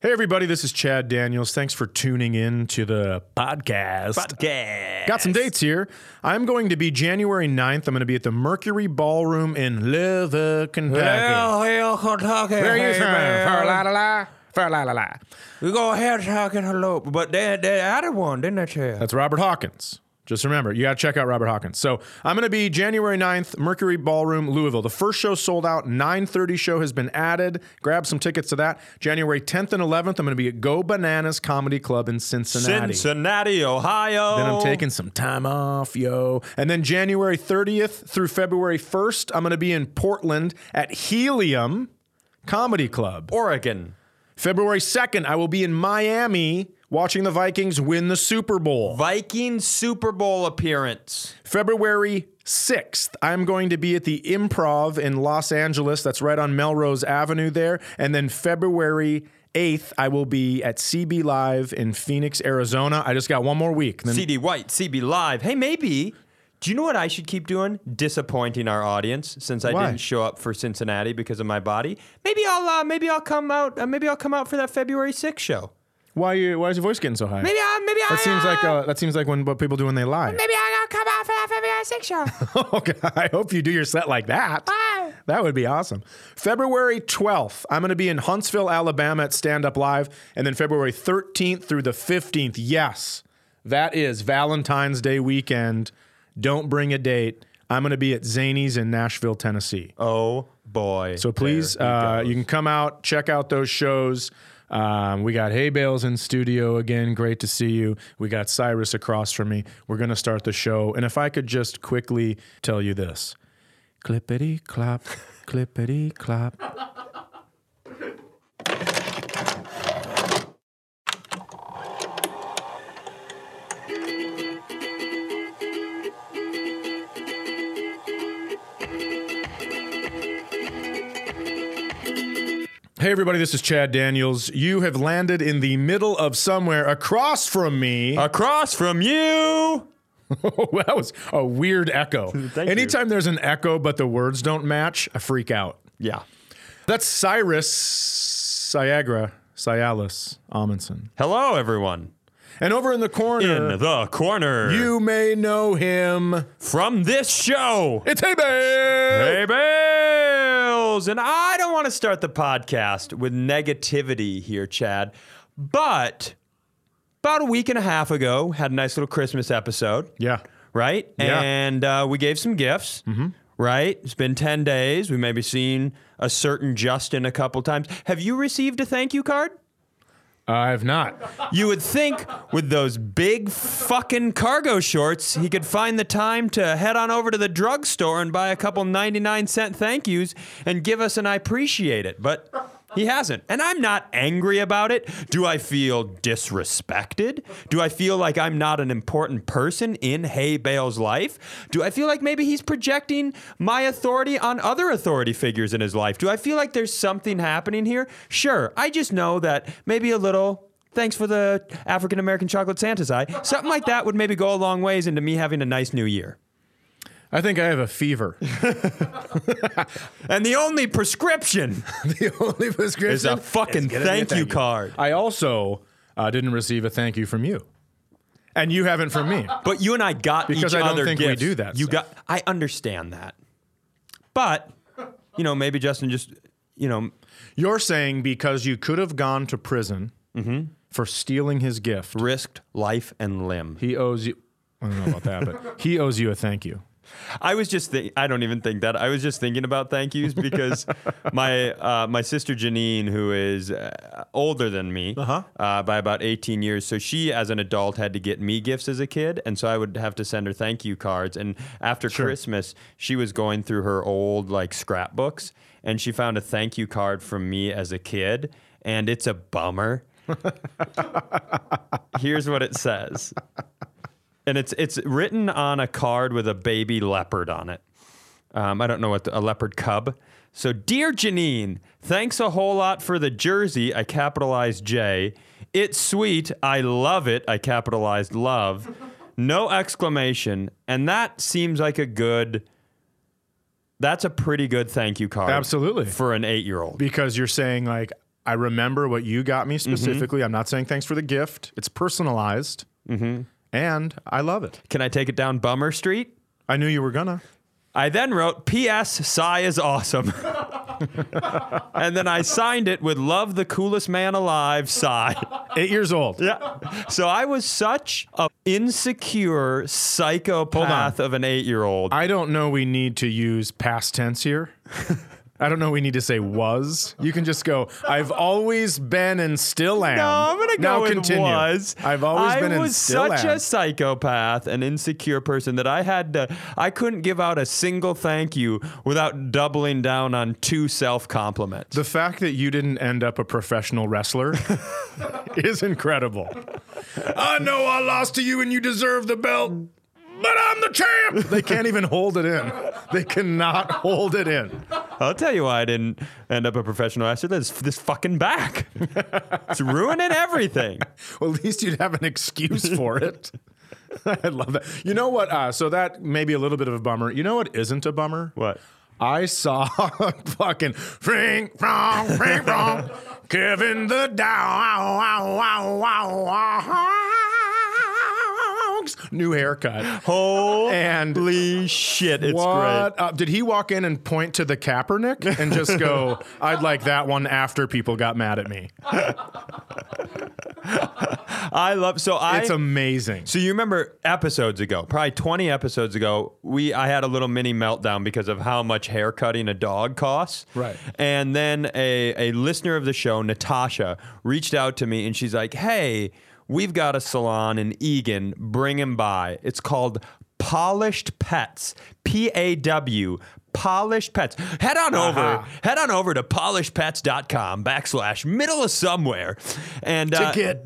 Hey, everybody, this is Chad Daniels. Thanks for tuning in to the podcast. Podcast. Got some dates here. I'm going to be January 9th. I'm going to be at the Mercury Ballroom in Louisville, Kentucky. Well, hell, Kentucky. Where you hey, from? man. Fur la la la. Fur la la la. We go ahead talking hello, but they they added one, didn't they, Chad? That's Robert Hawkins. Just remember, you got to check out Robert Hawkins. So I'm going to be January 9th, Mercury Ballroom, Louisville. The first show sold out. 9.30 show has been added. Grab some tickets to that. January 10th and 11th, I'm going to be at Go Bananas Comedy Club in Cincinnati. Cincinnati, Ohio. Then I'm taking some time off, yo. And then January 30th through February 1st, I'm going to be in Portland at Helium Comedy Club. Oregon, February 2nd, I will be in Miami watching the Vikings win the Super Bowl. Viking Super Bowl appearance. February 6th, I'm going to be at the Improv in Los Angeles. That's right on Melrose Avenue there. And then February 8th, I will be at CB Live in Phoenix, Arizona. I just got one more week. Then CD White, CB Live. Hey, maybe. Do you know what I should keep doing? Disappointing our audience since I Why? didn't show up for Cincinnati because of my body. Maybe I'll uh, maybe I'll come out. Uh, maybe I'll come out for that February 6th show. why, you, why is your voice getting so high? Maybe I maybe I That seems uh, like uh, that seems like when what people do when they lie. maybe I'll come out for that February 6th show. okay, I hope you do your set like that. That would be awesome. February 12th, I'm going to be in Huntsville, Alabama at Stand Up Live. And then February 13th through the 15th. Yes, that is Valentine's Day weekend. Don't bring a date. I'm going to be at Zany's in Nashville, Tennessee. oh boy. So please, There he uh, goes. you can come out, check out those shows. Um, we got Hay Bales in studio again. Great to see you. We got Cyrus across from me. We're going to start the show. And if I could just quickly tell you this clippity clop, clippity clop. Hey, everybody, this is Chad Daniels. You have landed in the middle of somewhere across from me. across from you. that was a weird echo. Thank you. Anytime there's an echo but the words don't match, I freak out. Yeah. That's Cyrus Siagra Cialis Amundsen. Hello, everyone. And over in the corner, In the corner. you may know him. from this show. It's Hey Babe! Hey, Bales. And I don't want to start the podcast with negativity here, Chad, but about a week and a half ago, had a nice little Christmas episode, Yeah. right? Yeah. And uh, we gave some gifts. Right? It's been 10 days. We maybe seen a certain Justin a couple times. Have you received a thank you card? I've not. You would think with those big fucking cargo shorts, he could find the time to head on over to the drugstore and buy a couple 99 cent thank yous and give us an I appreciate it, but he hasn't. And I'm not angry about it. Do I feel disrespected? Do I feel like I'm not an important person in Hay Bale's life? Do I feel like maybe he's projecting my authority on other authority figures in his life? Do I feel like there's something happening here? Sure. I just know that maybe a little Thanks for the African American chocolate Santa's eye. Something like that would maybe go a long ways into me having a nice new year. I think I have a fever. And the only prescription the only prescription is a fucking gonna be a thank you card. I also uh, didn't receive a thank you from you. And you haven't from me. But you and I got Because each I don't other think we gifts. do that You stuff. got. I understand that, but you know maybe Justin just you know You're saying because you could have gone to prison for stealing his gift, risked life and limb. he owes you. I don't know about that, but he owes you a thank you. I was just think I don't even think that. I was just thinking about thank yous because my uh, my sister Janine, who is uh, older than me Uh-huh. uh, by about eighteen years, so she as an adult had to get me gifts as a kid, and so I would have to send her thank you cards. And after Christmas, she was going through her old like scrapbooks, and she found a thank you card from me as a kid, and it's a bummer. Here's what it says and it's it's written on a card with a baby leopard on it. Um, I don't know what the, a leopard cub. So, dear Janine, thanks a whole lot for the jersey. I capitalized J. It's sweet. I love it. I capitalized love. No exclamation. And that seems like a good. That's a pretty good thank you card. Absolutely. For an eight year old. because you're saying like I remember what you got Mm-hmm. me specifically. I'm not saying thanks for the gift. It's personalized. Mm-hmm. And I love it. Can I take it down Bummer Street? I knew you were gonna. I then wrote, P.S. Psy is awesome. and then I signed it with Love the Coolest Man Alive, Psy. Eight years old. Yeah. So I was such a insecure psychopath of an eight year old. I don't know we need to use past tense here. I don't know we need to say was. You can just go, I've always been and still am. No, I'm gonna go now with continue. was. I've always I been and was still such am. a psychopath, an insecure person that I had to. I couldn't give out a single thank you without doubling down on two self compliments. The fact that you didn't end up a professional wrestler is incredible. I know I lost to you and you deserve the belt, but I'm the champ. They can't even hold it in. They cannot hold it in. I'll tell you why I didn't end up a professional wrestler. This this fucking back. it's ruining everything. Well, at least you'd have an excuse for it. I love that. You know what? Uh, so that may be a little bit of a bummer. You know what isn't a bummer? What? I saw fucking fring frong fring frong Kevin the Dow wow wow wow Hogs new haircut. Holy And shit! It's what up? Did he walk in and point to the Kaepernick and just go, "I'd like that one"? After people got mad at me, great. I love. So I. it's amazing. So you remember episodes ago, probably 20 episodes ago, we I had a little mini meltdown because of how much hair cutting a dog costs. Right. And then a, a listener of the show, Natasha, reached out to me and she's like, hey, we've got a salon in Egan. Bring him by. It's called Polished Pets, P A W. Polished Pets. Head on over. Uh-huh. Head on over to polishedpets.com backslash middle of somewhere. And uh, Get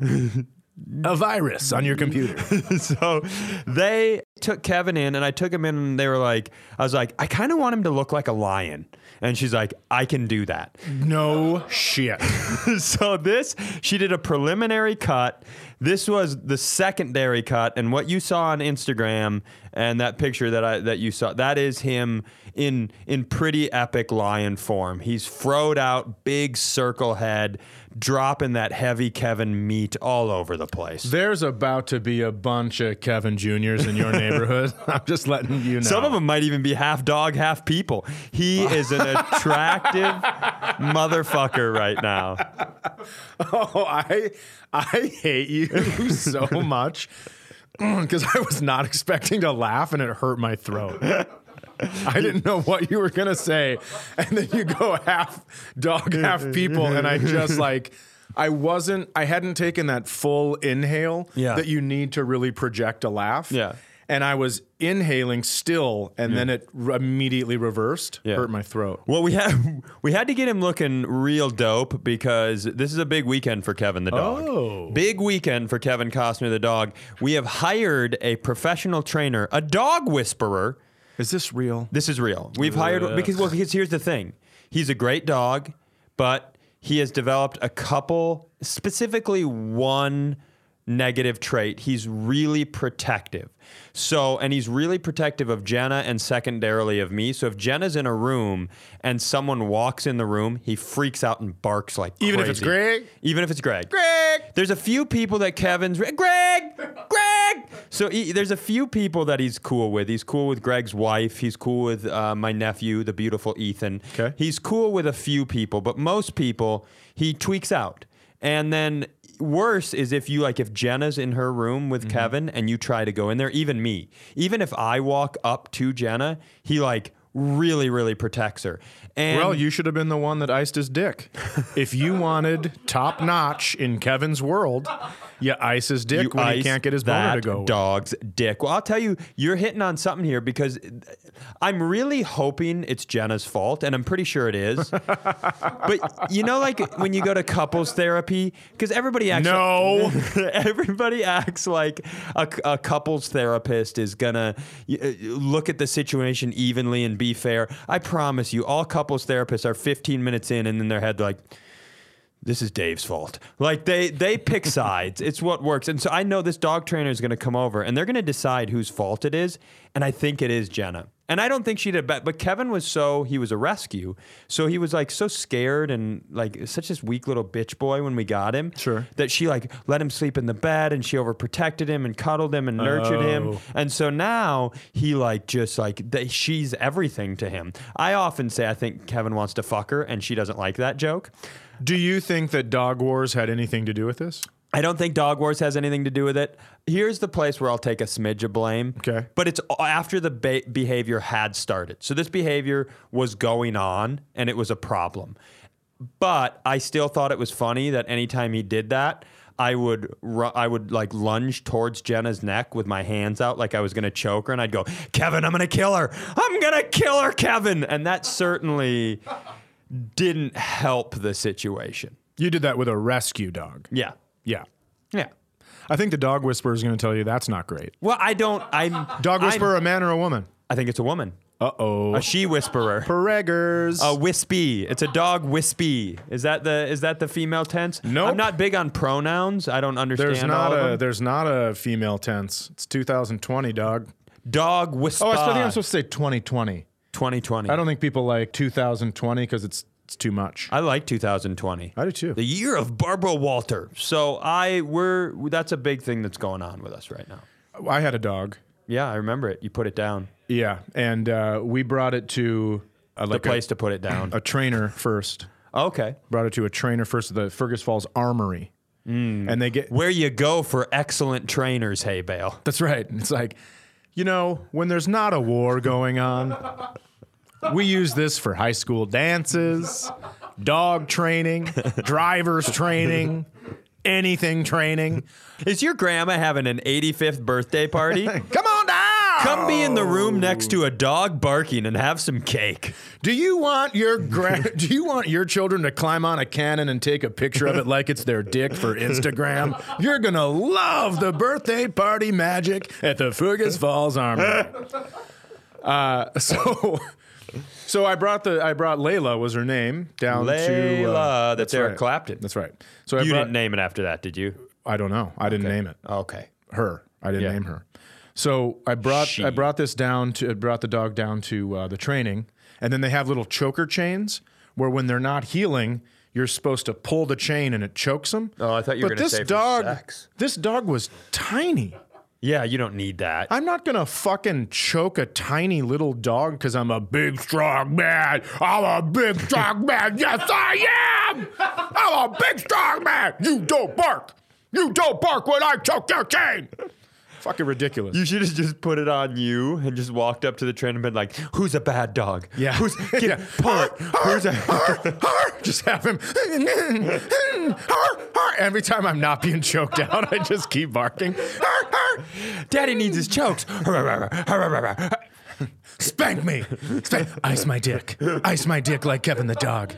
a virus on your computer. so they took Kevin in and I took him in and they were like, I was like, I kind of want him to look like a lion. And she's like, I can do that. No shit. so this, she did a preliminary cut. This was the secondary cut. And what you saw on Instagram and that picture that I that you saw, that is him in in pretty epic lion form. He's froed out, big circle head, dropping that heavy Kevin meat all over the place. There's about to be a bunch of Kevin Juniors in your neighborhood. I'm just letting you know. Some of them might even be half dog, half people. He is an attractive motherfucker right now. Oh, I I hate you so much because I was not expecting to laugh and it hurt my throat. I didn't know what you were gonna say, and then you go half dog, half people, and I just like. I wasn't, I hadn't taken that full inhale Yeah. that you need to really project a laugh. Yeah. And I was inhaling still, and then it re- immediately reversed, Yeah. hurt my throat. Well, we had we had to get him looking real dope because this is a big weekend for Kevin the dog. Oh. Big weekend for Kevin Costner the dog. We have hired a professional trainer, a dog whisperer. Is this real? This is real. We've hired because well, because here's the thing. He's a great dog, but he has developed a couple, specifically one negative trait. He's really protective. So, and he's really protective of Jenna and secondarily of me. So, if Jenna's in a room and someone walks in the room, he freaks out and barks like Even if it's crazy. Greg? Even if it's Greg. Greg. There's a few people that Kevin's Greg. Greg. So he, there's a few people that he's cool with. He's cool with Greg's wife. He's cool with uh, my nephew, the beautiful Ethan. Okay. He's cool with a few people, but most people he tweaks out. And then worse is if you like if Jenna's in her room with Mm-hmm. Kevin and you try to go in there, even me, even if I walk up to Jenna, he like really really protects her. And Well, you should have been the one that iced his dick. if you wanted top notch in Kevin's world, you ice his dick you when he ice can't get his boner that to go. Dog's dick. Well, I'll tell you, you're hitting on something here because I'm really hoping it's Jenna's fault, and I'm pretty sure it is. but you know, like when you go to couples therapy, because everybody acts No. everybody acts like a, a couples therapist is gonna uh, look at the situation evenly and be fair. I promise you, all couples therapists are 15 minutes in, and in their head, they're like, this is Dave's fault. Like they they pick sides. It's what works. And so I know this dog trainer is going to come over and they're going to decide whose fault it is. And I think it is Jenna. And I don't think she did bad, but Kevin was so he was a rescue, so he was like so scared and like such this weak little bitch boy when we got him. Sure. That she like let him sleep in the bed and she overprotected him and cuddled him and nurtured him, Oh. and so now he like just like th- she's everything to him. I often say I think Kevin wants to fuck her, and she doesn't like that joke. Do you think that Dog Wars had anything to do with this? I don't think Dog Wars has anything to do with it. Here's the place where I'll take a smidge of blame. Okay. But it's after the ba- behavior had started. So this behavior was going on and it was a problem. But I still thought it was funny that anytime he did that, I would ru- I would like lunge towards Jenna's neck with my hands out like I was going to choke her and I'd go, "Kevin, I'm going to kill her. I'm going to kill her, Kevin." And that certainly didn't help the situation. You did that with a rescue dog. Yeah. Yeah. Yeah. I think the dog whisperer is going to tell you that's not great. Well, I don't. I'm Dog I'm- whisperer, a man or a woman? I think it's a woman, Uh oh. a she whisperer, Preggers. a wispy. It's a dog wispy. Is that the is that the female tense? No, Nope. I'm not big on pronouns. I don't understand. there's not all of a them. there's not a female tense. It's 2020, dog. dog whisper. Oh, I still think I'm supposed to say 2020. 2020. I I, don't think people like 2020 because it's it's too much. like 2020. I do too. the year of Barbara Walter. So I we're that's a big thing that's going on with us right now. I had a dog. Yeah, I remember it. You put it down. Yeah, and uh, we brought it to uh, The like a, place to put it down. a trainer first. okay. Brought it to a trainer first at the Fergus Falls Armory, Mm. and they get Where you go for excellent trainers, hey Bale. That's right. And it's like, you know, when there's not a war going on, we use this for high school dances, dog training, driver's training, anything training. Is your grandma having an 85th birthday party? Come on down. Come be in the room next to a dog barking and have some cake. Do you want your gra- do you want your children to climb on a cannon and take a picture of it like it's their dick for Instagram? You're gonna love the birthday party magic at the Fergus Falls Armory. Uh, so, so I brought the I brought Layla was her name down to uh, Layla, uh, that's Eric Clapton. That's right. So I You brought, didn't name it after that, did you? I don't know. I didn't name it Okay. her. I didn't Yeah. name her. So I brought I She. brought this down to I brought the dog down to uh, the training, and then they have little choker chains where when they're not healing, you're supposed to pull the chain and it chokes them. Oh, I thought you were But gonna this say for dog, sex. this dog was tiny. Yeah, you don't need that. I'm not gonna fucking choke a tiny little dog because I'm a big strong man. I'm a big strong man. Yes, I am. I'm a big strong man. You don't bark. You don't bark when I choke your chain. Fucking ridiculous. You should have just put it on you and just walked up to the trainer and been like, "Who's a bad dog? Yeah. who's get, Yeah. pull it? Who's a?" just have him. Every time I'm not being choked out, I just keep barking. Daddy needs his chokes. Spank me. Spank. Ice my dick. Ice my dick like Kevin the dog.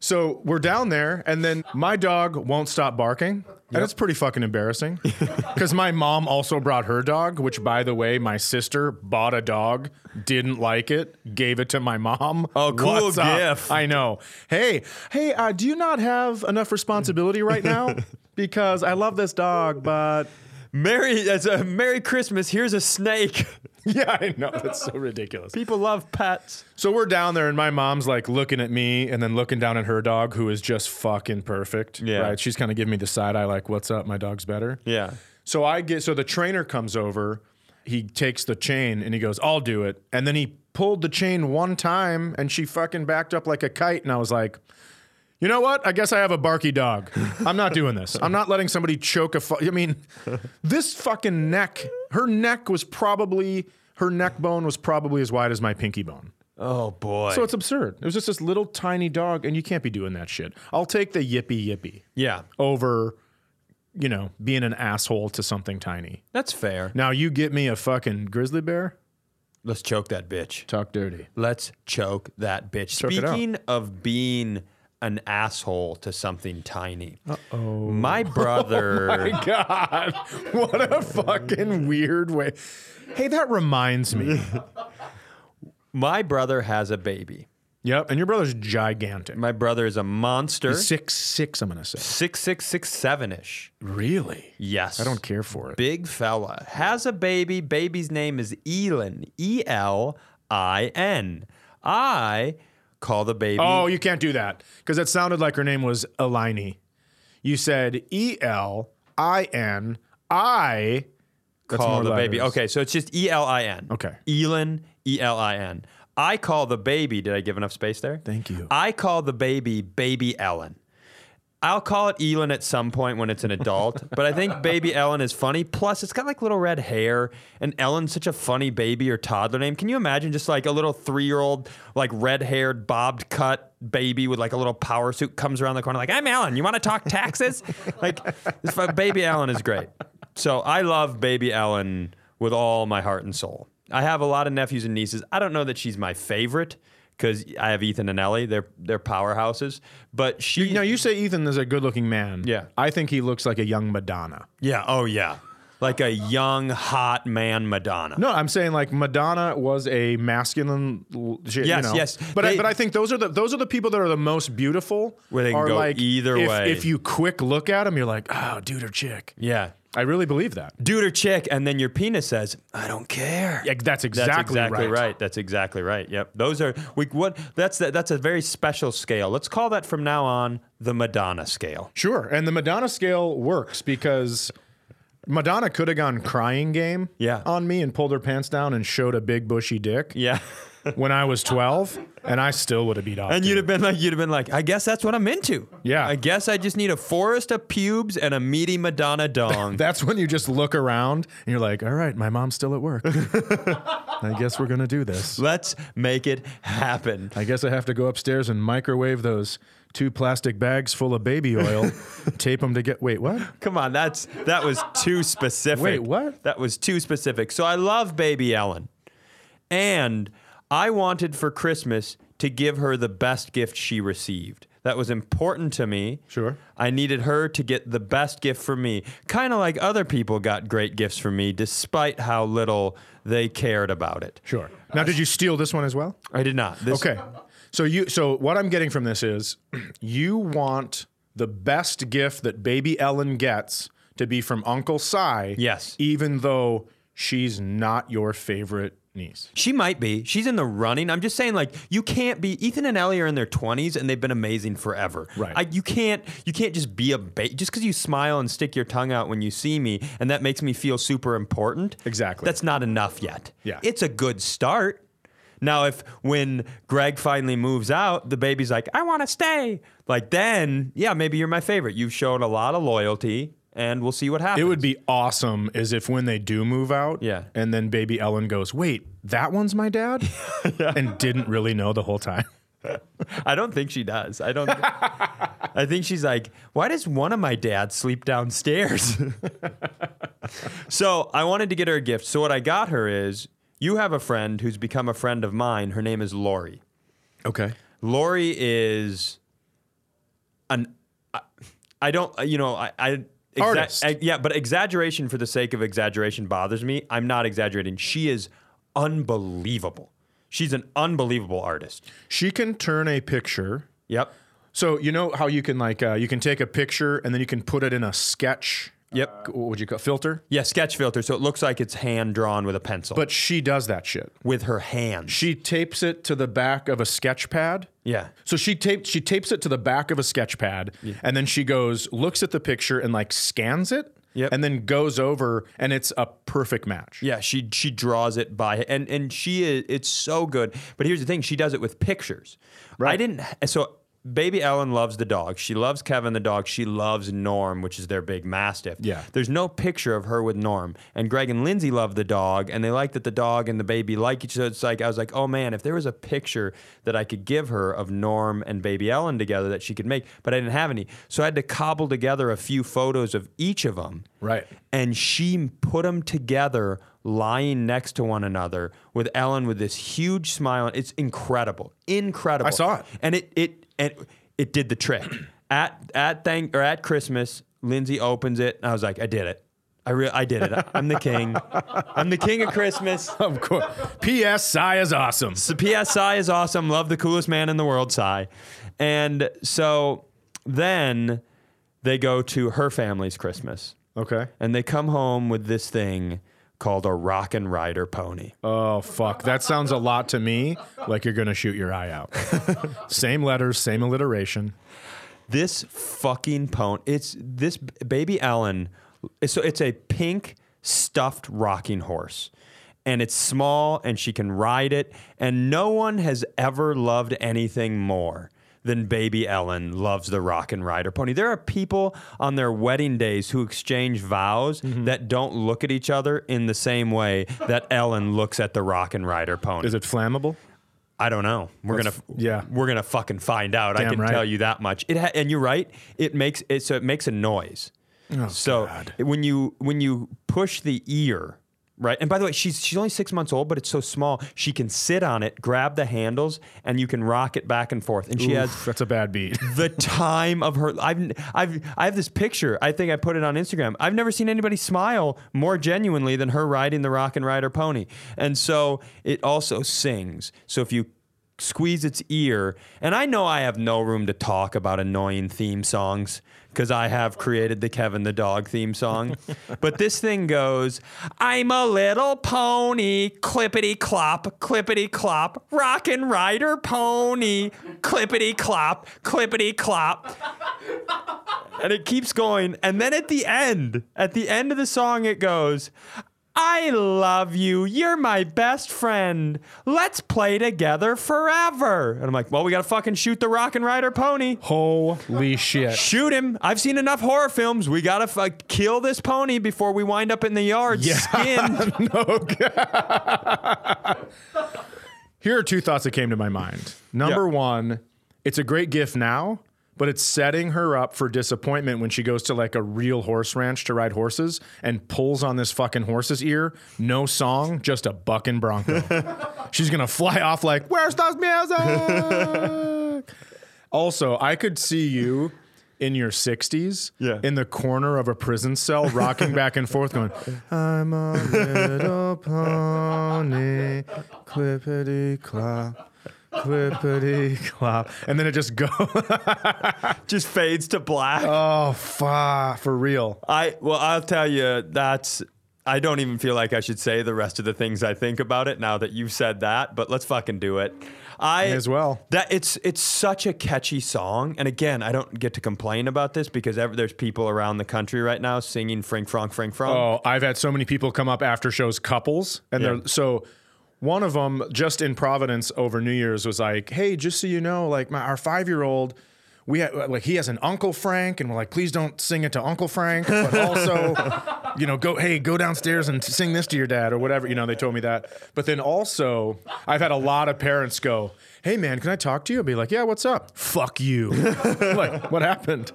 So we're down there, and then my dog won't stop barking. And it's pretty fucking embarrassing. Because my mom also brought her dog, which, by the way, my sister bought a dog, didn't like it, gave it to my mom. Oh, cool What's up? gif. I know. Hey, hey, uh, do you not have enough responsibility right now? because I love this dog, but. Merry as a Merry Christmas. Here's a snake. Yeah, I know. That's so ridiculous. People love pets. So we're down there, and my mom's like looking at me and then looking down at her dog, who is just fucking perfect. Yeah. Right? She's kind of giving me the side eye, like, what's up? My dog's better. Yeah. So I get, so the trainer comes over, he takes the chain and he goes, I'll do it. And then he pulled the chain one time and she fucking backed up like a kite. And I was like, you know what? I guess I have a barky dog. I'm not doing this. I'm not letting somebody choke a. Fu- I mean, this fucking neck. Her neck was probably her neck bone was probably as wide as my pinky bone. Oh boy. So it's absurd. It was just this little tiny dog, and you can't be doing that shit. I'll take the yippee yippee yeah, over, you know, being an asshole to something tiny. that's fair. Now you get me a fucking grizzly bear, Let's choke that bitch. talk dirty. Let's choke that bitch. it out. Speaking of being an asshole to something tiny. Uh-oh. My brother Oh God, what a fucking weird way. Hey, that reminds me. my brother has a baby. yep, and your brother's gigantic. My brother is a monster. Six six, I'm gonna say. Six six six seven ish. Really? Yes. I don't care for it. Big fella. Has a baby. Baby's name is Elin. E L I N. I call the baby. Oh, you can't do that because it sounded like her name was Elini. You said E L I N I. That's call more the baby. letters. Okay, so it's just E L I N. Okay. Elin, E L I N. I call the baby. Did I give enough space there? Thank you. I call the baby Baby Ellen. I'll call it Elin at some point when it's an adult, but I think Baby Ellen is funny. Plus, it's got like little red hair, and Ellen's such a funny baby or toddler name. Can you imagine just like a little three year old, like red haired, bobbed cut baby with like a little power suit comes around the corner, like, I'm Ellen, you wanna talk taxes? like, this fu- Baby Ellen is great. So I love Baby Ellen with all my heart and soul. I have a lot of nephews and nieces. I don't know that she's my favorite. Because I have Ethan and Ellie, they're they're powerhouses. But she, Now you say Ethan is a good-looking man. Yeah. I think he looks like a young Madonna. Yeah. Oh, yeah. Like a young, hot man Madonna. No, I'm saying like Madonna was a masculine. l- She, Yes, you know. yes. But I, They- but I think those are the those are the people that are the most beautiful. Where they can are go either if- way. If you quick look at them, you're like, oh, dude or chick. Yeah. I really believe that. Dude or chick, and then your penis says, "I don't care." Yeah, That's exactly, That's exactly right. That's exactly right. Yep. Those are we. What? That's the, that's a very special scale. Let's call that from now on the Madonna scale. Sure. And the Madonna scale works because Madonna could have gone crying game Yeah. on me and pulled her pants down and showed a big bushy dick Yeah. when I was 12, and I still would have beat off. And to you'd it. have been like, you'd have been like, I guess that's what I'm into. Yeah. I guess I just need a forest of pubes and a meaty Madonna dong. That's when you just look around and you're like, all right, my mom's still at work. I guess we're going to do this. Let's make it happen. I guess I have to go upstairs and microwave those two plastic bags full of baby oil, tape them to get. Wait, what? Come on, that's that was too specific. Wait, what? That was too specific. So I love baby Ellen. And I wanted for Christmas to give her the best gift she received. That was important to me. Sure. I needed her to get the best gift for me, kind of like other people got great gifts for me despite how little they cared about it. Sure. Now, did you steal this one as well? I did not. This Okay. So you so what I'm getting from this is you want the best gift that baby Ellen gets to be from Uncle Cy. Yes. Even though she's not your favorite niece. She might be. She's in the running. I'm just saying, like, you can't be. Ethan and Ellie are in their 20s, and they've been amazing forever. Right. I, you can't. You can't just be a ba- just because you smile and stick your tongue out when you see me, and that makes me feel super important. Exactly. That's not enough yet. Yeah. It's a good start. Now, if when Greg finally moves out, the baby's like, "I want to stay," like then, yeah, maybe you're my favorite. You've shown a lot of loyalty, and we'll see what happens. It would be awesome as if when they do move out Yeah. and then baby Ellen goes, "Wait, that one's my dad?" and didn't really know the whole time. I don't think she does. I don't. I think she's like, why does one of my dads sleep downstairs? so I wanted to get her a gift. So what I got her is you have a friend who's become a friend of mine. Her name is Lori. Okay. Lori is an I, I don't uh, you know I, I exa- Artist. I- yeah, but exaggeration for the sake of exaggeration bothers me. I'm not exaggerating. She is unbelievable. She's an unbelievable artist. She can turn a picture Yep. So you know how you can like uh, you can take a picture and then you can put it in a sketch. Uh, Yep. What would you call filter? Yeah, sketch filter. So it looks like it's hand drawn with a pencil, But she does that shit. with her hand. She tapes it to the back of a sketch pad. yeah. So she taped she tapes it to the back of a sketch pad and then she goes looks at the picture and like scans it Yep. and then goes over and it's a perfect match. Yeah, she she draws it by and and she is it's so good. But here's the thing, she does it with pictures. Right. I didn't so baby Ellen loves the dog. She loves Kevin the dog. She loves Norm, which is their big mastiff. Yeah. There's no picture of her with Norm. And Greg and Lindsay love the dog and they like that the dog and the baby like each other. It's like I was like, "Oh man, if there was a picture that I could give her of Norm and baby Ellen together that she could make, but I didn't have any. So I had to cobble together a few photos of each of them Right. and she put them together lying next to one another with Ellen with this huge smile. It's incredible, incredible. I saw it. and it it and it did the trick. at at thank or at Christmas, Lindsay opens it, and I was like, I did it. I re- I did it. I'm the king. I'm the king of Christmas. Of course. P.S. Sai is awesome. So PSI is awesome. Love the coolest man in the world, Psy. And so then they go to her family's Christmas Okay. and they come home with this thing called a rock and rider pony. Oh, fuck. That sounds a lot to me like you're going to shoot your eye out. same letters, same alliteration. This fucking pony. It's this b- baby Ellen. So it's a pink stuffed rocking horse. And it's small and she can ride it. And no one has ever loved anything more than baby Ellen loves the rock and rider pony. There are people on their wedding days who exchange vows Mm-hmm. that don't look at each other in the same way that Ellen looks at the rock and rider pony. Is it flammable? I don't know. We're That's- gonna yeah. We're gonna fucking find out. I Damn can right. tell you that much. It ha- and you're right. It makes it so it makes a noise. so Oh, God. when you when you push the ear right, and by the way, she's she's only six months old, but it's so small she can sit on it, grab the handles, and you can rock it back and forth. And she has Oof, that's a bad beat. the time of her. I've I've I have this picture. I think I put it on Instagram. I've never seen anybody smile more genuinely than her riding the Rock and Rider pony. And so it also sings. So if you squeeze its ear, and I know I have no room to talk about annoying theme songs because I have created the Kevin the Dog theme song. but this thing goes, I'm a little pony, clippity clop, clippity clop, rockin' rider pony, clippity clop, clippity clop. and it keeps going. And then at the end, at the end of the song, it goes, I love you. You're my best friend. Let's play together forever. And I'm like, well, we got to fucking shoot the Rock and Rider pony. Holy shit. Shoot him. I've seen enough horror films. We gotta f- kill this pony before we wind up in the yard Yeah. skinned. Here are two thoughts that came to my mind. Number Yeah. one, it's a great gift now, but it's setting her up for disappointment when she goes to like a real horse ranch to ride horses and pulls on this fucking horse's ear. No song, just a bucking bronco. She's gonna fly off like, where's those music? also, I could see you in your 60s Yeah. in the corner of a prison cell rocking back and forth going, I'm a little pony, clippity clop, clippity clop. And then it just goes, Just fades to black. oh, fa, for real. I well, I'll tell you that's. I don't even feel like I should say the rest of the things I think about it now that you've said that. But let's fucking do it. I May as well. That it's it's such a catchy song, and again, I don't get to complain about this because ever, there's people around the country right now singing "Frank Frank Frank Frank." Oh, I've had so many people come up after shows, couples, and Yeah. they're so. One of them, just in Providence over New Year's, was like, "Hey, just so you know, like my, our five year old, we ha- like he has an Uncle Frank, and we're like, please don't sing it to Uncle Frank, but also, you know, go hey, go downstairs and sing this to your dad or whatever. You know, they told me that. But then also, I've had a lot of parents go, "Hey, man, can I talk to you?" I'll be like, "Yeah, what's up? Fuck you." like, what happened?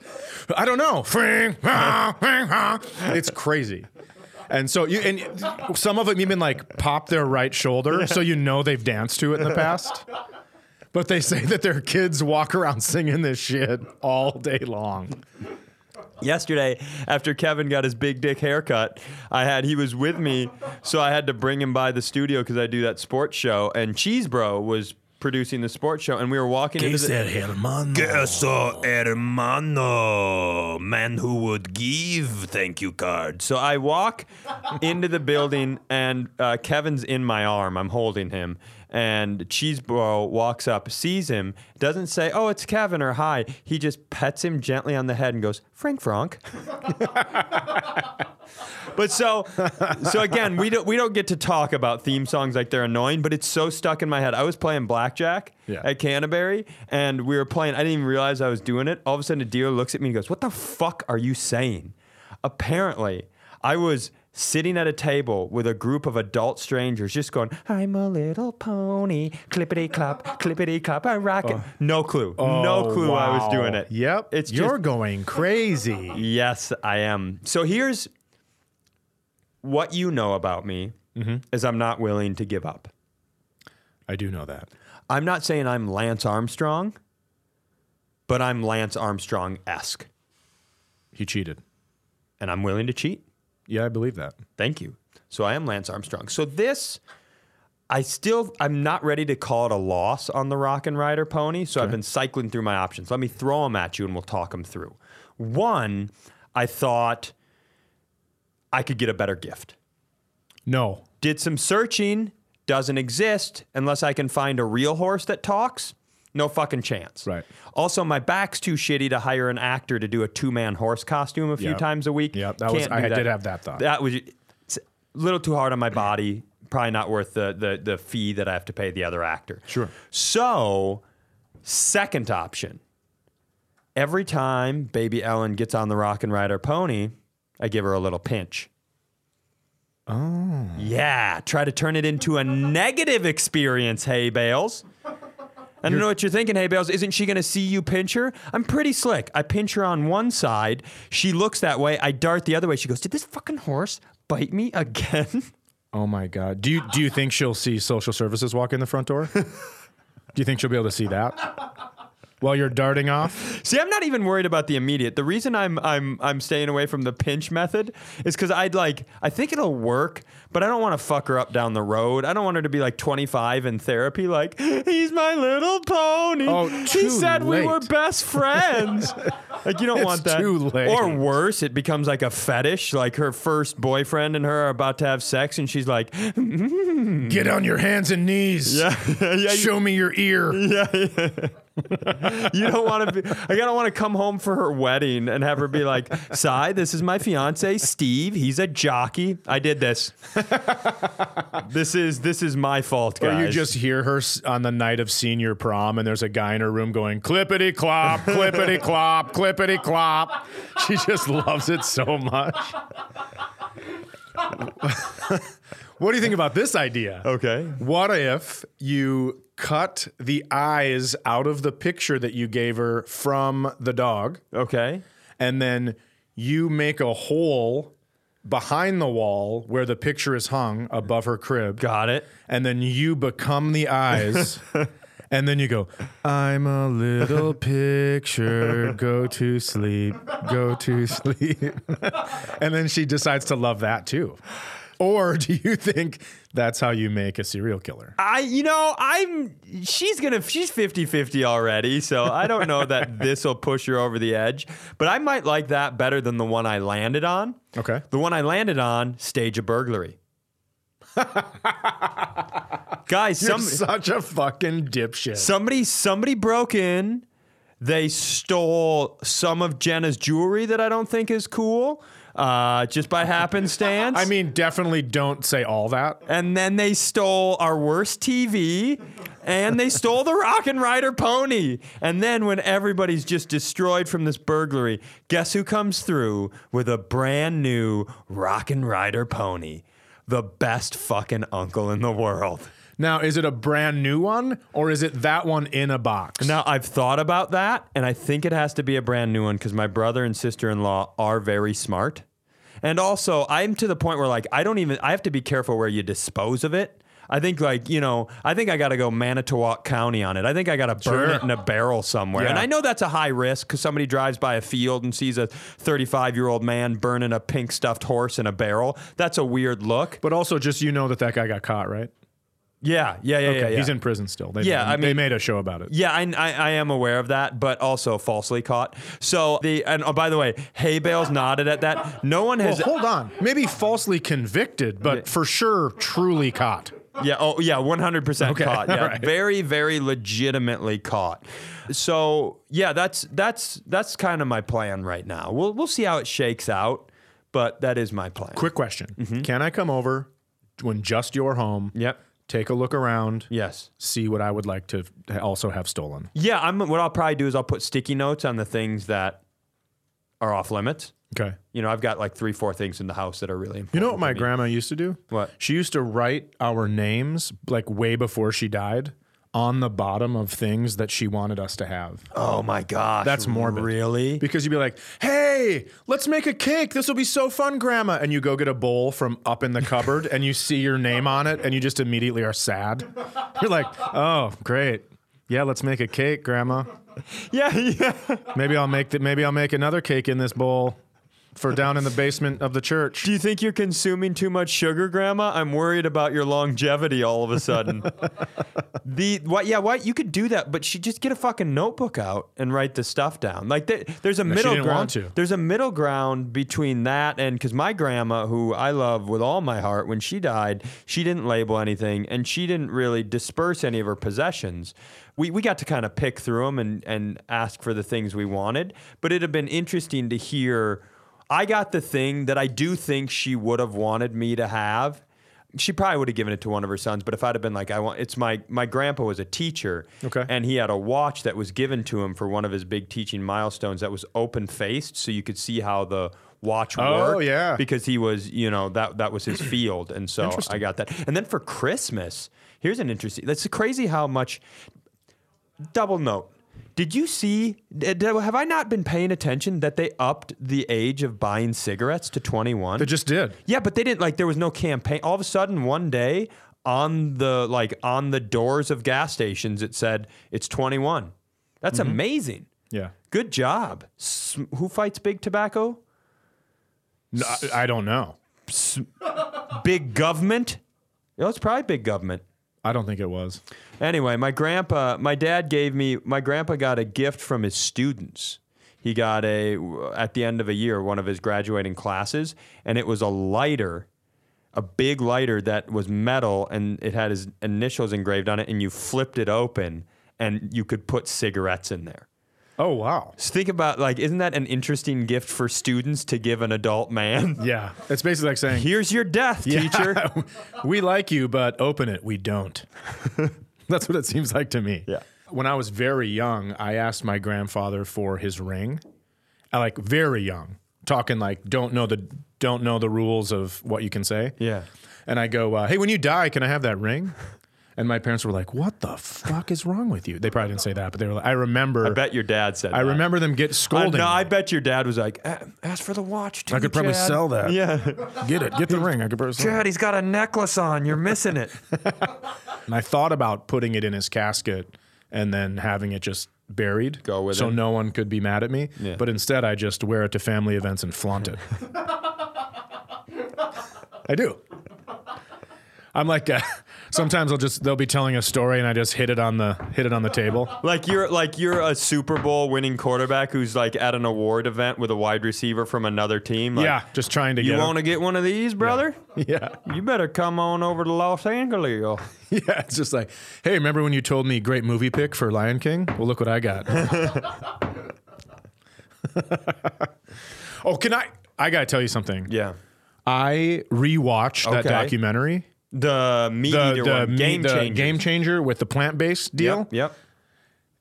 I don't know. Frank, ah, Frank, ah. It's crazy. And so you and some of them even like pop their right shoulder, so you know they've danced to it in the past. But they say that their kids walk around singing this shit all day long. yesterday after Kevin got his big dick haircut, I had he was with me, so I had to bring him by the studio because I do that sports show, and Cheese Bro was producing the sports show, and we were walking into the. So, hermano, man who would give thank you cards. So I walk into the building, and uh, Kevin's in my arm. I'm holding him. And Cheese Bro walks up, sees him, doesn't say, Oh, it's Kevin or hi. He just pets him gently on the head and goes, Frank Frank. But so, so again, we don't we don't get to talk about theme songs like they're annoying, but it's so stuck in my head. I was playing blackjack Yeah. at Canterbury, and we were playing. I didn't even realize I was doing it. All of a sudden, a dealer looks at me and goes, "What the fuck are you saying?" Apparently, I was sitting at a table with a group of adult strangers, just going, "I'm a little pony, clippity clop, clippity clop, I rock it." no clue, no Oh, clue I wow. was doing it. Yep. it's You're just- going crazy. Yes, I am. So here's what you know about me is I'm not willing to give up. I do know that. I'm not saying I'm Lance Armstrong, but I'm Lance Armstrong esque, He cheated. and I'm willing to cheat. Yeah, I believe that. Thank you. So I am Lance Armstrong. So this, I still, I'm not ready to call it a loss on the Rock and Rider pony. So I've been cycling through my options. Let me throw them at you and we'll talk them through. One, I thought I could get a better gift. No. Did some searching. Doesn't exist unless I can find a real horse that talks. No fucking chance. Right. Also, my back's too shitty to hire an actor to do a two-man horse costume a few Yep. times a week. Yep, that was- Can't I do did have that thought. That was it's a little too hard on my body. Probably not worth the the the fee that I have to pay the other actor. Sure. So, second option. Every time baby Ellen gets on the rock and ride her pony, I give her a little pinch. Oh. Yeah. Try to turn it into a negative experience, Hay Bales. I don't know what you're thinking, Hay Bales. Isn't she going to see you pinch her? I'm pretty slick. I pinch her on one side. She looks that way. I dart the other way. She goes, Did this fucking horse bite me again? Oh my God. Do you do you think she'll see social services walk in the front door? do you think she'll be able to see that? While you're darting off? See, I'm not even worried about the immediate. The reason I'm I'm I'm staying away from the pinch method is because I'd like I think it'll work, but I don't want to fuck her up down the road. I don't want her to be like 25 in therapy, like he's my little pony. Oh, he too said we were late." best friends. like you don't want that. too late. Or worse, it becomes like a fetish. Like her first boyfriend and her are about to have sex, and she's like, Get on your hands and knees. Hmm. yeah, yeah, you- Show me your ear. You don't want to be. I don't want to come home for her wedding and have her be like, "Sai, this is my fiance, Steve. He's a jockey. I did this. this is this is my fault, Or guys." Oh, you just hear her s- on the night of senior prom, and there's a guy in her room going clippity clop, clippity clop, clippity clop. She just loves it so much. what do you think about this idea? okay. What if you cut the eyes out of the picture that you gave her from the dog, Okay. and then you make a hole behind the wall where the picture is hung above her crib? Got it. and then you become the eyes. And then you go, I'm a little picture, go to sleep, go to sleep. and then she decides to love that too. Or do you think that's how you make a serial killer? I, you know, I'm. She's gonna. She's 50-50 already, so I don't know that this will push her over the edge. But I might like that better than the one I landed on. Okay. The one I landed on, stage a burglary. Guys, You're some, such a fucking dipshit. somebody somebody broke in. They stole some of Jenna's jewelry that I don't think is cool, uh, just by happenstance. I mean, definitely don't say all that. and then they stole our worst TV, and they stole the Rock and Rider pony. And then when everybody's just destroyed from this burglary, guess who comes through with a brand new Rock and Rider pony? The best fucking uncle in the world. Now, is it a brand new one or is it that one in a box? Now I've thought about that, and I think it has to be a brand new one because my brother and sister in law are very smart, and also I'm to the point where like I don't even I have to be careful where you dispose of it. I think like you know I think I got to go Manitowoc County on it. I think I got to Sure. burn it in a barrel somewhere, Yeah. and I know that's a high risk because somebody drives by a field and sees a 35 year old man burning a pink stuffed horse in a barrel. That's a weird look. But also, just you know that that guy got caught, right? Yeah, yeah, yeah, yeah, yeah. He's in prison still. They, Yeah, I they mean- made a show about it. Yeah, I, I, I am aware of that, but also falsely caught. So the and oh, by the way, hay bales nodded at that. No one Well, has. hold on. Maybe falsely convicted, but for sure truly caught. Yeah. Oh, yeah. One hundred percent Okay, caught. Yeah. all right. Very, very legitimately caught. So yeah, that's that's that's kind of my plan right now. We'll we'll see how it shakes out, but that is my plan. Quick question. Mm-hmm. Can I come over when just you're home? Yep. Take a look around, Yes. see what I would like to f- also have stolen. Yeah. I'm. What I'll probably do is I'll put sticky notes on the things that are off limits. Okay. You know, I've got like three, four things in the house that are really important. You know what my to me. grandma used to do? What? She used to write our names like way before she died on the bottom of things that she wanted us to have. Oh my gosh. That's morbid. Really? Because you'd be like, hey, let's make a cake. This will be so fun, Grandma. And you go get a bowl from up in the cupboard and you see your name on it and you just immediately are sad. You're like, oh, great. Yeah, let's make a cake, Grandma. Yeah, yeah. Maybe I'll make th- maybe I'll make another cake in this bowl. for down in the basement of the church. Do you think you're consuming too much sugar, Grandma? I'm worried about your longevity all of a sudden. the what? Yeah, what? You could do that, but she just get a fucking notebook out and write the stuff down. Like there, there's a middle didn't ground. want to. There's a middle ground between that and because my grandma, who I love with all my heart, when she died, she didn't label anything and she didn't really disperse any of her possessions. We, we got to kind of pick through them and, and ask for the things we wanted, but it'd have been interesting to hear. I got the thing that I do think she would have wanted me to have. She probably would have given it to one of her sons, but if I'd have been like, I want, it's my my grandpa was a teacher, Okay. and he had a watch that was given to him for one of his big teaching milestones that was open faced, so you could see how the watch Oh, worked. yeah. because he was, you know, that that was his field, and so I got that. And then for Christmas, here's an interesting. That's crazy how much double note. Did you see? did- have I not been paying attention that they upped the age of buying cigarettes to 21? They just did. yeah, but they didn't like there was no campaign. All of a sudden, one day on the like on the doors of gas stations, it said it's 21. That's amazing. Yeah. Good job. S- who fights big tobacco? No, I, I don't know. Big government? No, it's probably big government. I don't think it was. Anyway, my grandpa, my dad gave me, my grandpa got a gift from his students. He got a, at the end of a year, one of his graduating classes, and it was a lighter, a big lighter that was metal and it had his initials engraved on it, and you flipped it open and you could put cigarettes in there. Oh wow. So think about like, isn't that an interesting gift for students to give an adult man? Yeah. It's basically like saying, Here's your death, teacher. we like you, but open it. We don't. That's what it seems like to me. Yeah. When I was very young, I asked my grandfather for his ring. I like very young, talking like don't know the don't know the rules of what you can say. Yeah. And I go, uh, hey, when you die, can I have that ring? And my parents were like, what the fuck is wrong with you? They probably didn't say that, but they were like, I remember. I, Bet your dad said that. remember them get I, scolding. no, I me. bet your dad was like, "A- ask for the watch. Too, I could probably Chad." sell that. Yeah. Get it. Get the ring. I could probably sell it. he's got a necklace on. You're missing it. And I thought about putting it in his casket and then having it just buried. Go with so it. no one could be mad at me. Yeah. But instead, I just wear it to family events and flaunt it. I do. I'm like, uh, sometimes I'll just they'll be telling a story and I just hit it on the hit it on the table. like you're like you're a Super Bowl winning quarterback who's like at an award event with a wide receiver from another team. Like, yeah, just trying to You get. want to get one of these, brother? it. Yeah, You better come on over to Los Angeles. yeah. It's just like, hey, remember when you told me great movie pick for Lion King? Well, look what I got. oh, can I? I gotta tell you something. Yeah. I rewatched that Okay. documentary, Uh, The meat the, eater the one. me- game the changer. game changer with the plant based deal. Yep. yep.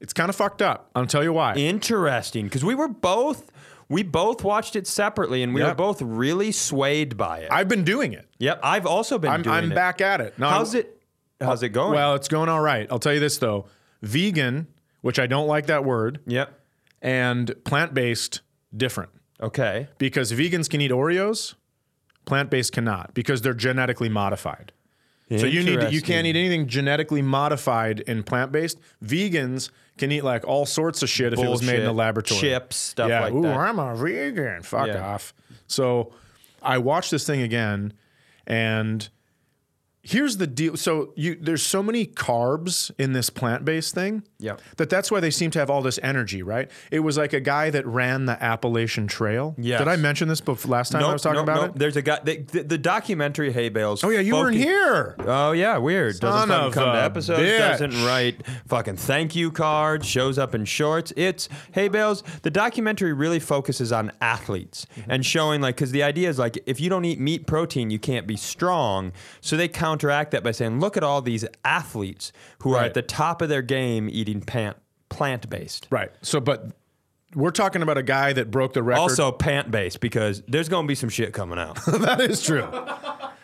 It's kind of fucked up. I'll tell you why. Interesting, because we were both we both watched it separately, and we were Yep. both really swayed by it. I've been doing it. yep. I've also been. I'm, doing I'm it. back at it. No, How's it? How's it going? Well, it's going all right. I'll tell you this though: vegan, which I don't like that word, Yep. and plant based, different Okay. because vegans can eat Oreos, plant based cannot because they're genetically modified. So you need to, you can't eat anything genetically modified in plant based. Vegans can eat like all sorts of shit if it was made in a Bullshit. laboratory. Chips, stuff yeah. like Ooh, that. I'm a vegan. Fuck Yeah. off. So I watched this thing again, and here's the deal. So you there's so many carbs in this plant based thing. Yep. That that's why they seem to have all this energy, right? It was like a guy that ran the Appalachian Trail. Yes. Did I mention this before, last time I was talking about it? There's a guy. The, the, the documentary Hay Bales. Oh yeah, you weren't here. Oh yeah, weird. Son Doesn't fucking of come a to episodes. bitch. Doesn't write fucking thank you cards. Shows up in shorts. It's Hay Bales. The documentary really focuses on athletes Mm-hmm. and showing like because the idea is like if you don't eat meat protein, you can't be strong. So they counteract that by saying, look at all these athletes who are Right. at the top of their game eating pant plant based. Right. So, but we're talking about a guy that broke the record. Also pant based because there's gonna be some shit coming out. that is true.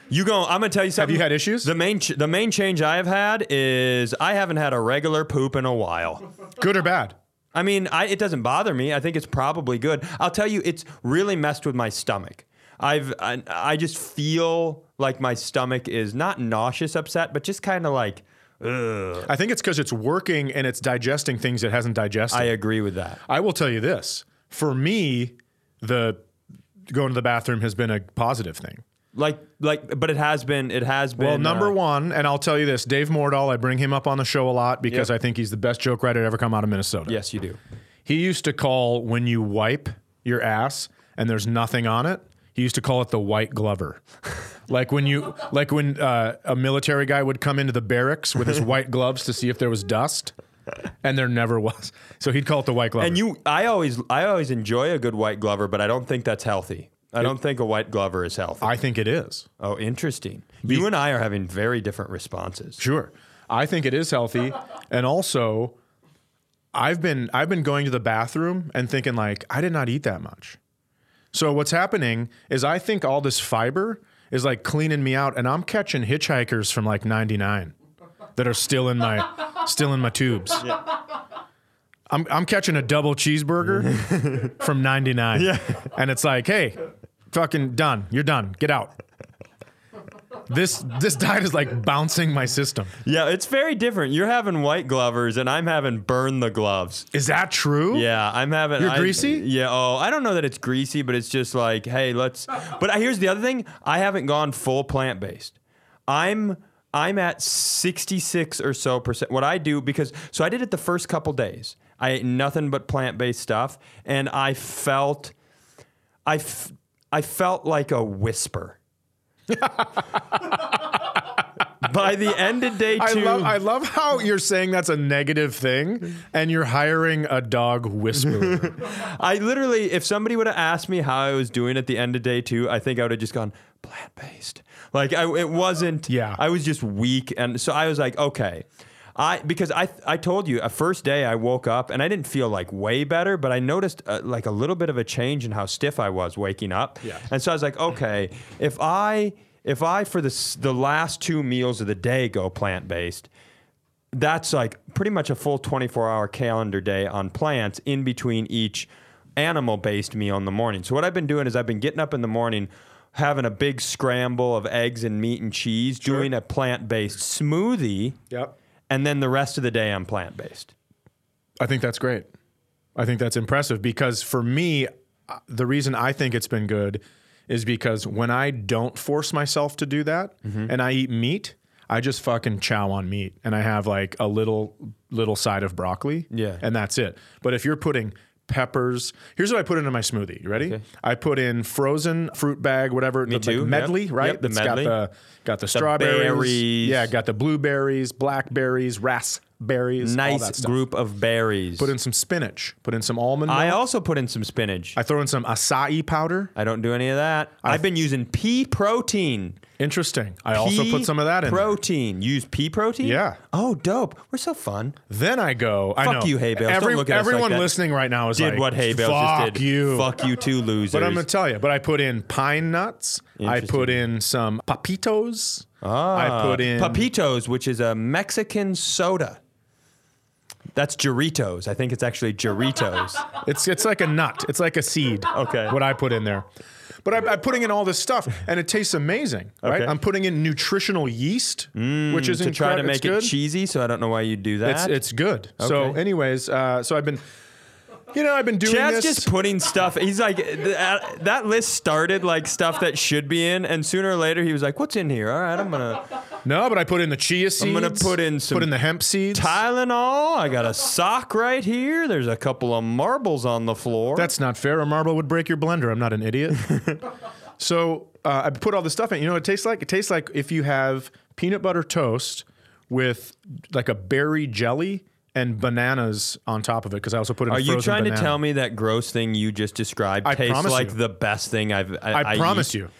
You go. I'm gonna tell you something. you had issues? The main ch- the main change I've had is I haven't had a regular poop in a while. Good or bad? I mean, I, it doesn't bother me. I think it's probably good. I'll tell you, it's really messed with my stomach. I've I, I just feel like my stomach is not nauseous, upset, but just kind of like I think it's because it's working and it's digesting things it hasn't digested. I I, agree with that. will tell you this: for me, the going to the bathroom has been a positive thing. Like, like, but it has been, it has been. Well, number uh, one, and I'll tell you this Dave Mordahl, I bring him up on the show a lot because Yep. I think he's the best joke writer to ever come out of Minnesota. Yes, you do. He used to call when you wipe your ass and there's nothing on it. He used to call it the white glover, like when you like when uh, a military guy would come into the barracks with his white gloves to see if there was dust, and there never was. So he'd call it the white glover. And you, I always, I always enjoy a good white glover, but I don't think that's healthy. I don't think a white glover is healthy. I think it is. oh, interesting. You and I are having very different responses. Sure. I think it is healthy. and also I've been I've been going to the bathroom and thinking like I did not eat that much. So what's happening is I think all this fiber is like cleaning me out and I'm catching hitchhikers from like 99 that are still in my still in my tubes. I'm, I'm catching a double cheeseburger from 99. And it's like, hey, fucking done. You're done. Get out. This this diet is like bouncing my system. Yeah, it's very different. You're having white glovers, and I'm having burn the gloves. Is that true? Yeah, I'm having. You're I- greasy? Yeah. Oh, I don't know that it's greasy, but it's just like, hey, let's. But here's the other thing: I haven't gone full plant based. I'm I'm at 66 or so percent. What I do because so I did it the first couple days. I ate nothing but plant based stuff, and I felt, I, f- I felt like a whisper. By the end of day two, I love I love how you're saying that's a negative thing and you're hiring a dog whisperer. I literally, if somebody would have asked me how I was doing at the end of day two, I think I would have just gone plant based. Like I, it wasn't. Yeah. I was just weak, and so I was like, okay. I, because I, I told you, a first day I woke up and I didn't feel like way better, but I noticed uh, like a little bit of a change in how stiff I was waking up. Yeah. And so I was like, okay, if I, if I for the, s- the last two meals of the day go plant based, that's like pretty much a full 24 hour calendar day on plants in between each animal based meal in the morning. So, what I've been doing is I've been getting up in the morning, having a big scramble of eggs and meat and cheese, doing a plant based smoothie, yep. and then the rest of the day I'm plant based. I think that's great. I think that's impressive because for me uh, the reason I think it's been good is because when I don't force myself to do that Mm-hmm. and I eat meat, I just fucking chow on meat and I have like a little little side of broccoli Yeah. and that's it. But if you're putting peppers, here's what I put into my smoothie. You ready? I put in frozen fruit bag, whatever, the, too. Like medley, Yep. right? Yep, the That's medley. got the got the strawberries, berries. yeah, got the blueberries, blackberries, raspberries, all that Nice stuff. group of berries. Put in some spinach. Put in some almond. I milk. also put in some spinach. I throw in some acai powder. I don't do any of that. I've been using pea protein. Interesting. I also Pea put some of that in. there. Protein. Use pea protein? Yeah. Oh, dope. We're so fun. Then I go. I Fuck know. you, hay bales. Don't look at us like everyone that. listening right now is did like, what Hay Bales fuck just did. you. Fuck you two losers. But I'm gonna tell you. But I put in pine nuts. I put in some papitos. Ah. I put in Papitos, which is a Mexican soda. That's Doritos. I think it's actually Doritos. It's it's like a nut. It's like a seed. Okay. What I put in there. But I, I'm putting in all this stuff, and it tastes amazing, right? Okay. Mm, I'm putting in nutritional yeast, which is to try to make it good. cheesy, so I don't know why you do It's that. it's good. So, Okay. anyways, uh, so I've been, you know, I've been doing Chad's this. just putting stuff. He's like, that, that list started like stuff that should be in, and sooner or later he was like, "What's in here? All right, I'm gonna no, but I put in the chia seeds. I'm gonna put in some put in the hemp seeds. Tylenol. I got a sock right here. There's a couple of marbles on the floor. That's not fair. A marble would break your blender. I'm not an idiot. so uh, I put all this stuff in. You know what it tastes like? It tastes like if you have peanut butter toast with like a berry jelly and bananas on top of it. Because I also put in. Are you frozen trying to banana. tell me that gross thing you just described I tastes promise like you. the best thing I've? I, I promise eat? you.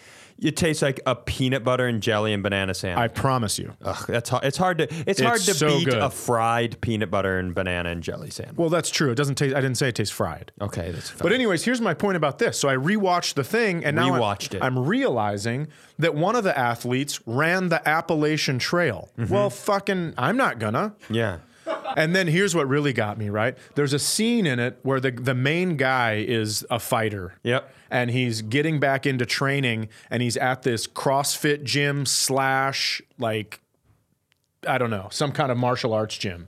It tastes like a peanut butter and jelly and banana I sandwich. promise you. Ugh, that's hard. It's hard to. It's, hard to so beat good. a fried peanut butter and banana and jelly sandwich. Well, that's true. It doesn't taste. I didn't say it tastes fried. Okay, that's fine. But anyways, here's my point about this. So I rewatched the thing, and now I'm- Rewatched it. I'm, realizing that one of the athletes ran the Appalachian Trail. Mm-hmm. Well, fucking, I'm not gonna. yeah. And then here's what really got me right. There's a scene in it where the the main guy is a fighter. Yep. And he's getting back into training, and he's at this CrossFit gym slash like, I don't know, some kind of martial arts gym.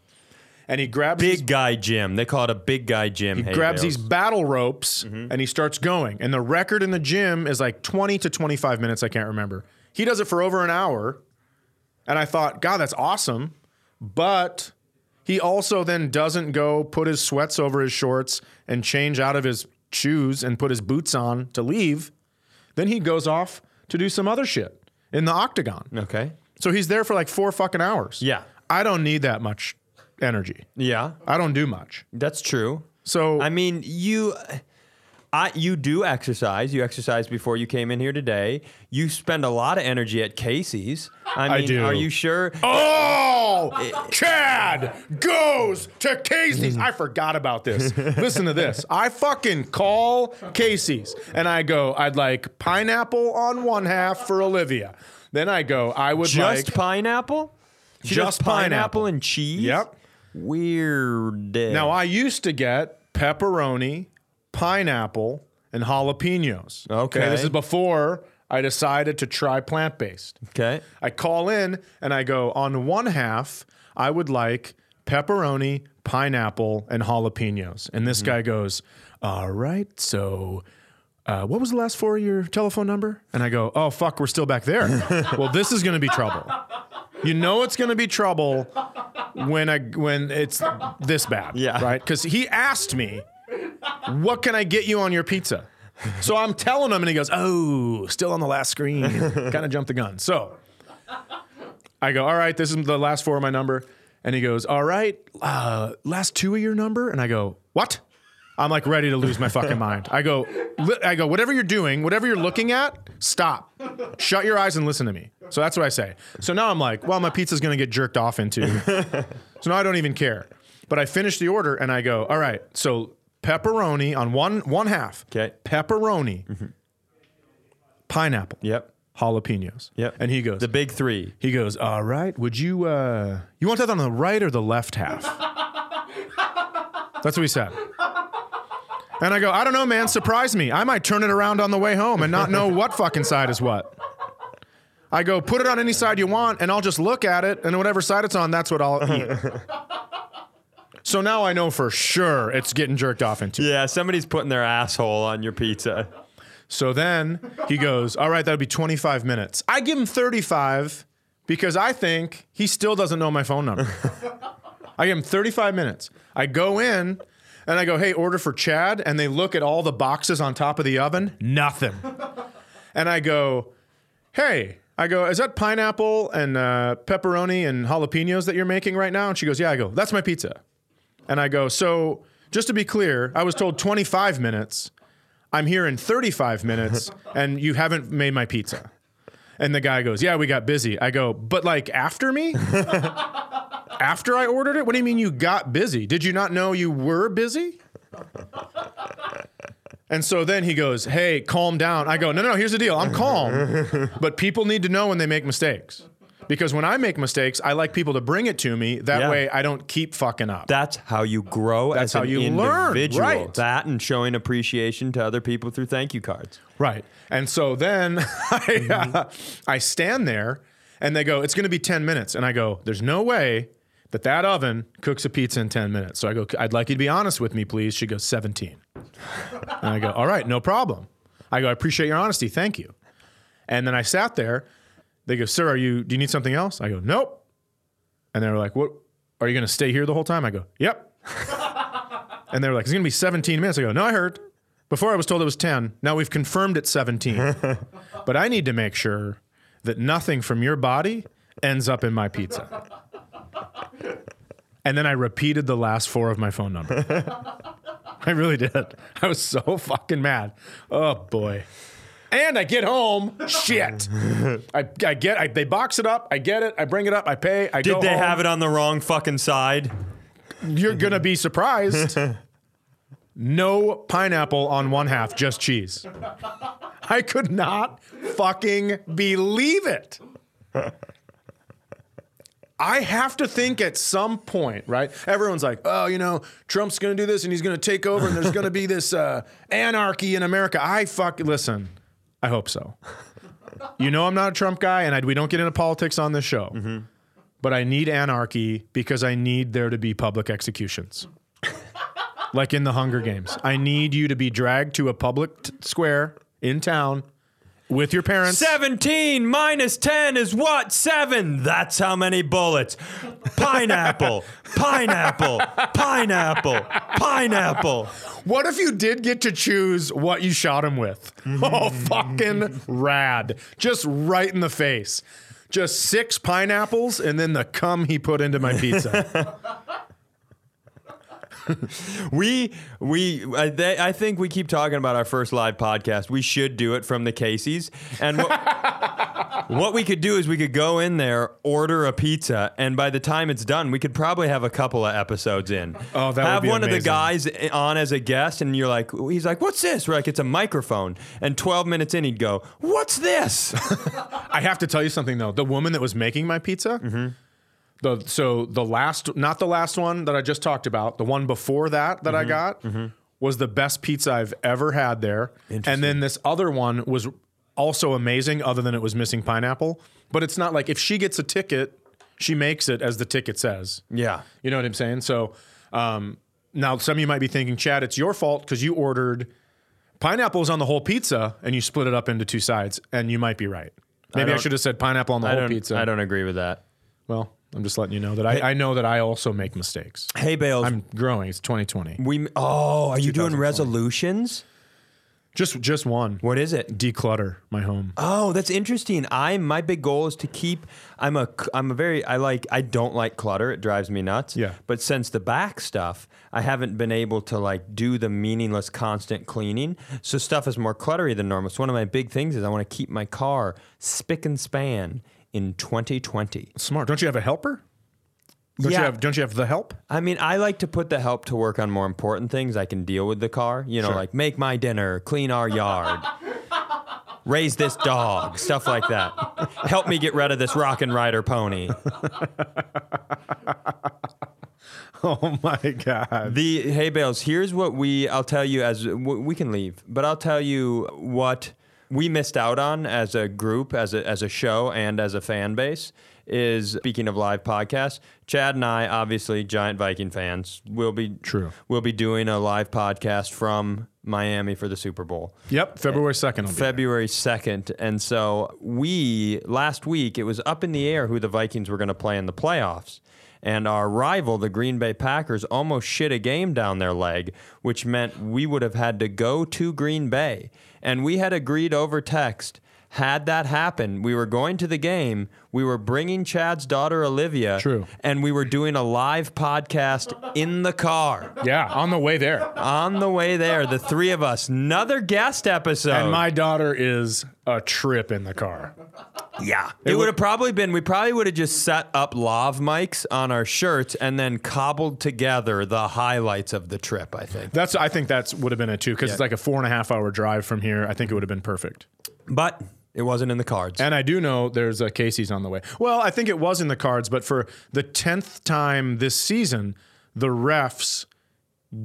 and he grabs these Big guy gym. They call it a big guy gym. He grabs these battle ropes Mm-hmm. and he starts going. And the record in the gym is like 20 to 25 minutes. I can't remember. He does it for over an hour. And I thought, God, that's awesome. But he also then doesn't go put his sweats over his shorts and change out of his shoes and put his boots on to leave. Then he goes off to do some other shit in the octagon. Okay. So he's there for like four fucking hours. Yeah. I don't need that much energy. Yeah. I don't do much. That's true. So I mean, you, I, you do exercise. You exercise before you came in here today. You spend a lot of energy at Casey's. I mean, do. are you sure? Oh, Chad goes to Casey's. Mm. I forgot about this. Listen to this. I fucking call Casey's and I go, I'd like pineapple on one half for Olivia. Then I go, I would just like. pineapple? She does Just pineapple. and cheese? Yep. Weird. Now uh, I used to get pepperoni, pineapple, and jalapenos. Okay. This is before I decided to try plant based. okay. I call in and I go, on one half, I would like pepperoni, pineapple, and jalapenos. And this guy goes, All right, so uh, what was the last four of your telephone number? And I go, Oh, fuck, we're still back there. well, this is going to be trouble. You know it's going to be trouble when I when it's this bad, Yeah. right? Because he asked me, "What can I get you on your pizza?" So I'm telling him, and he goes, "Oh, still on the last screen." kind of jumped the gun. So I go, all right, this is the last four of my number. And he goes, all right, uh, last two of your number. And I go, what? I'm like ready to lose my fucking mind. I go, li- I go, whatever you're doing, whatever you're looking at, stop. Shut your eyes and listen to me. So that's what I say. So now I'm like, well, my pizza's gonna get jerked off into. so now I don't even care. But I finish the order and I go, all right, so pepperoni on one one half. 'Kay. Pepperoni. Mm-hmm. Pineapple. Yep. Jalapenos. Yep. And he goes, The big three. he goes, "All right, would you uh you want that on the right or the left half?" That's what he said. And I go, "I don't know, man, surprise me. I might turn it around on the way home and not know what fucking side is what." I go, "Put it on any side you want and I'll just look at it and whatever side it's on, that's what I'll eat." so now I know for sure it's getting jerked off into. Yeah, somebody's putting their asshole on your pizza. So then he goes, All right, that'll be 25 minutes. I give him 35 because I think he still doesn't know my phone number. I give him 35 minutes. I go in and I go, Hey, order for Chad. And they look at all the boxes on top of the oven, nothing. and I go, Hey, I go, Is that pineapple and uh, pepperoni and jalapenos that you're making right now? And she goes, Yeah, I go, That's my pizza. And I go, So just to be clear, I was told 25 minutes. I'm here in 35 minutes and you haven't made my pizza. And the guy goes, Yeah, we got busy. I go, But like after me? after I ordered it? What do you mean you got busy? Did you not know you were busy? And so then he goes, Hey, calm down. I go, No, no, no, here's the deal. I'm calm. But people need to know when they make mistakes. Because when I make mistakes, I like people to bring it to me. That Yeah. way I don't keep fucking up. That's how you grow as how an you learn, individual. right. That and showing appreciation to other people through thank you cards. Right. And so then I, uh, I stand there and they go, it's going to be 10 minutes. And I go, there's no way that that oven cooks a pizza in 10 minutes. So I go, I'd like you to be honest with me, please. She goes, 17. and I go, all right, no problem. I go, I appreciate your honesty. Thank you. And then I sat there. They go, sir, are you, do you need something else? I go, nope. And they were like, what, are you going to stay here the whole time? I go, yep. and they were like, it's going to be 17 minutes. I go, no, I heard. Before I was told it was 10. Now we've confirmed it's 17. but I need to make sure that nothing from your body ends up in my pizza. And then I repeated the last four of my phone number. I really did. I was so fucking mad. Oh boy. And I get home. Shit. I, I get. I, they box it up. I get it. I bring it up. I pay. I Did go they home. have it on the wrong fucking side? You're gonna be surprised. No pineapple on one half, just cheese. I could not fucking believe it. I have to think at some point, right? Everyone's like, oh, you know, Trump's gonna do this and he's gonna take over and there's gonna be this uh, anarchy in America. I fuck, listen, I hope so. You know, I'm not a Trump guy and I, we don't get into politics on this show. but I need anarchy because I need there to be public executions. like in the Hunger Games. I need you to be dragged to a public t- square in town with your parents. 17 minus 10 is what? 7. That's how many bullets. Pineapple, pineapple, pineapple, pineapple. What if you did get to choose what you shot him with? Oh, fucking rad. Just right in the face. Just six pineapples and then the cum he put into my pizza. We we I, they, I think we keep talking about our first live podcast. We should do it from the Casey's. And what, what we could do is we could go in there, order a pizza, and by the time it's done, we could probably have a couple of episodes in. Oh, that would have be one of the amazing. guys on as a guest, and you're like, he's like, "What's this?" We're like, "It's a microphone." And 12 minutes in, he'd go, "What's this?" I have to tell you something though. The woman that was making my pizza, the so the last, not the last one that I just talked about, the one before that that I got was the best pizza I've ever had there. And then this other one was also amazing, other than it was missing pineapple. But it's not like if she gets a ticket, she makes it as the ticket says. yeah. You know what I'm saying? So um, now some of you might be thinking, Chad, it's your fault because you ordered pineapples on the whole pizza and you split it up into two sides, and you might be right. Maybe I, don't- should have said pineapple on the I whole don't, pizza. I don't agree with that. Well, I'm just letting you know that I, I know that I also make mistakes. Hey, Bales. I'm growing. It's 2020. we oh, are you doing resolutions? Just just one. What is it? Declutter my home. Oh, that's interesting. I my big goal is to keep. I'm a I'm a very I like I don't like clutter. It drives me nuts. Yeah. But since the back stuff, I haven't been able to like do the meaningless constant cleaning. So stuff is more cluttery than normal. So one of my big things is I want to keep my car spick and span in 2020. Smart. Don't you have a helper? Don't Yeah. you have don't you have the help? I mean, I like to put the help to work on more important things. I can deal with the car, you know, like make my dinner, clean our yard, raise this dog, stuff like that. Help me get rid of this rock and rider pony. Oh my god. The hey bales. Here's what we I'll tell you as w- we can leave, but I'll tell you what we missed out on as a group, as a as a show, and as a fan base. Is speaking of live podcasts, Chad and I, obviously giant Viking fans, will be True. We'll be doing a live podcast from Miami for the Super Bowl. Yep. February 2nd. I'll be there. February 2nd. And so we, last week, it was up in the air who the Vikings were going to play in the playoffs. And our rival, the Green Bay Packers, almost shit a game down their leg, which meant we would have had to go to Green Bay. And we had agreed over text. Had that happened, we were going to the game. We were bringing Chad's daughter Olivia, True. and we were doing a live podcast in the car Yeah, on the way there. on the way there. The three of us, another guest episode. And my daughter is a trip in the car. Yeah. It would have probably been, we probably would have just set up lav mics on our shirts and then cobbled together the highlights of the trip, I think. That's I think that's would have been it too, because it's like a four and a half hour drive from here. I think it would have been perfect. But it wasn't in the cards. And I do know there's a Casey's on the way. Well, I think it was in the cards, but for the tenth time this season, the refs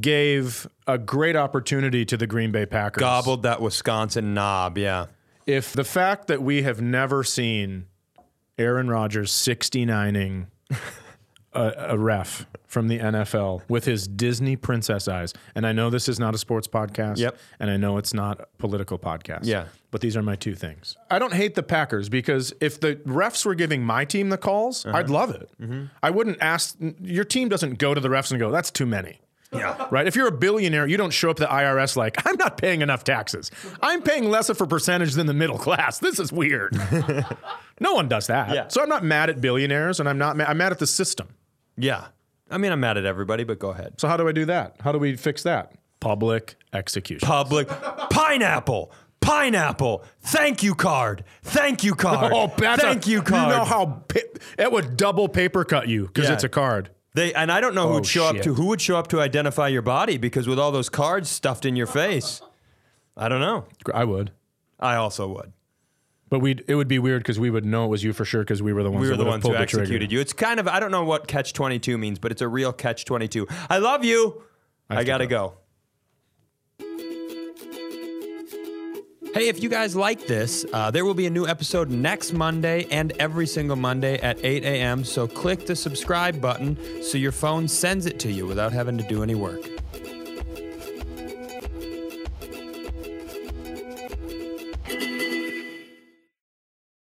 gave a great opportunity to the Green Bay Packers. Gobbled that Wisconsin knob, yeah. If the fact that we have never seen Aaron Rodgers 69ing a, a ref from the NFL with his Disney princess eyes, and I know this is not a sports podcast, Yep. and I know it's not a political podcast, Yeah. but these are my two things. I don't hate the Packers because if the refs were giving my team the calls, Uh-huh. I'd love it. Mm-hmm. I wouldn't ask, your team doesn't go to the refs and go, that's too many. Yeah. Right. If you're a billionaire, you don't show up to the IRS like, I'm not paying enough taxes. I'm paying less for percentage than the middle class. This is weird. no one does that. Yeah. So I'm not mad at billionaires and I'm not mad. I'm mad at the system. Yeah. I mean, I'm mad at everybody, but go ahead. So how do I do that? How do we fix that? Public execution. Public pineapple. Pineapple. Thank you card. Thank you card. Oh, that's a- thank you card. You know how pa- it would double paper cut you because Yeah. it's a card. They and I don't know who'd Oh, show up shit. to who would show up to identify your body because with all those cards stuffed in your face, I don't know. I would. I also would. But we'd, it would be weird because we would know it was you for sure because we were the ones We were that the would've ones who pulled the trigger. executed you. It's kind of I don't know what catch twenty two means, but it's a real catch twenty two. I love you. I, have to gotta go. Hey, if you guys like this, uh, there will be a new episode next Monday and every single Monday at 8 a.m. So click the subscribe button so your phone sends it to you without having to do any work.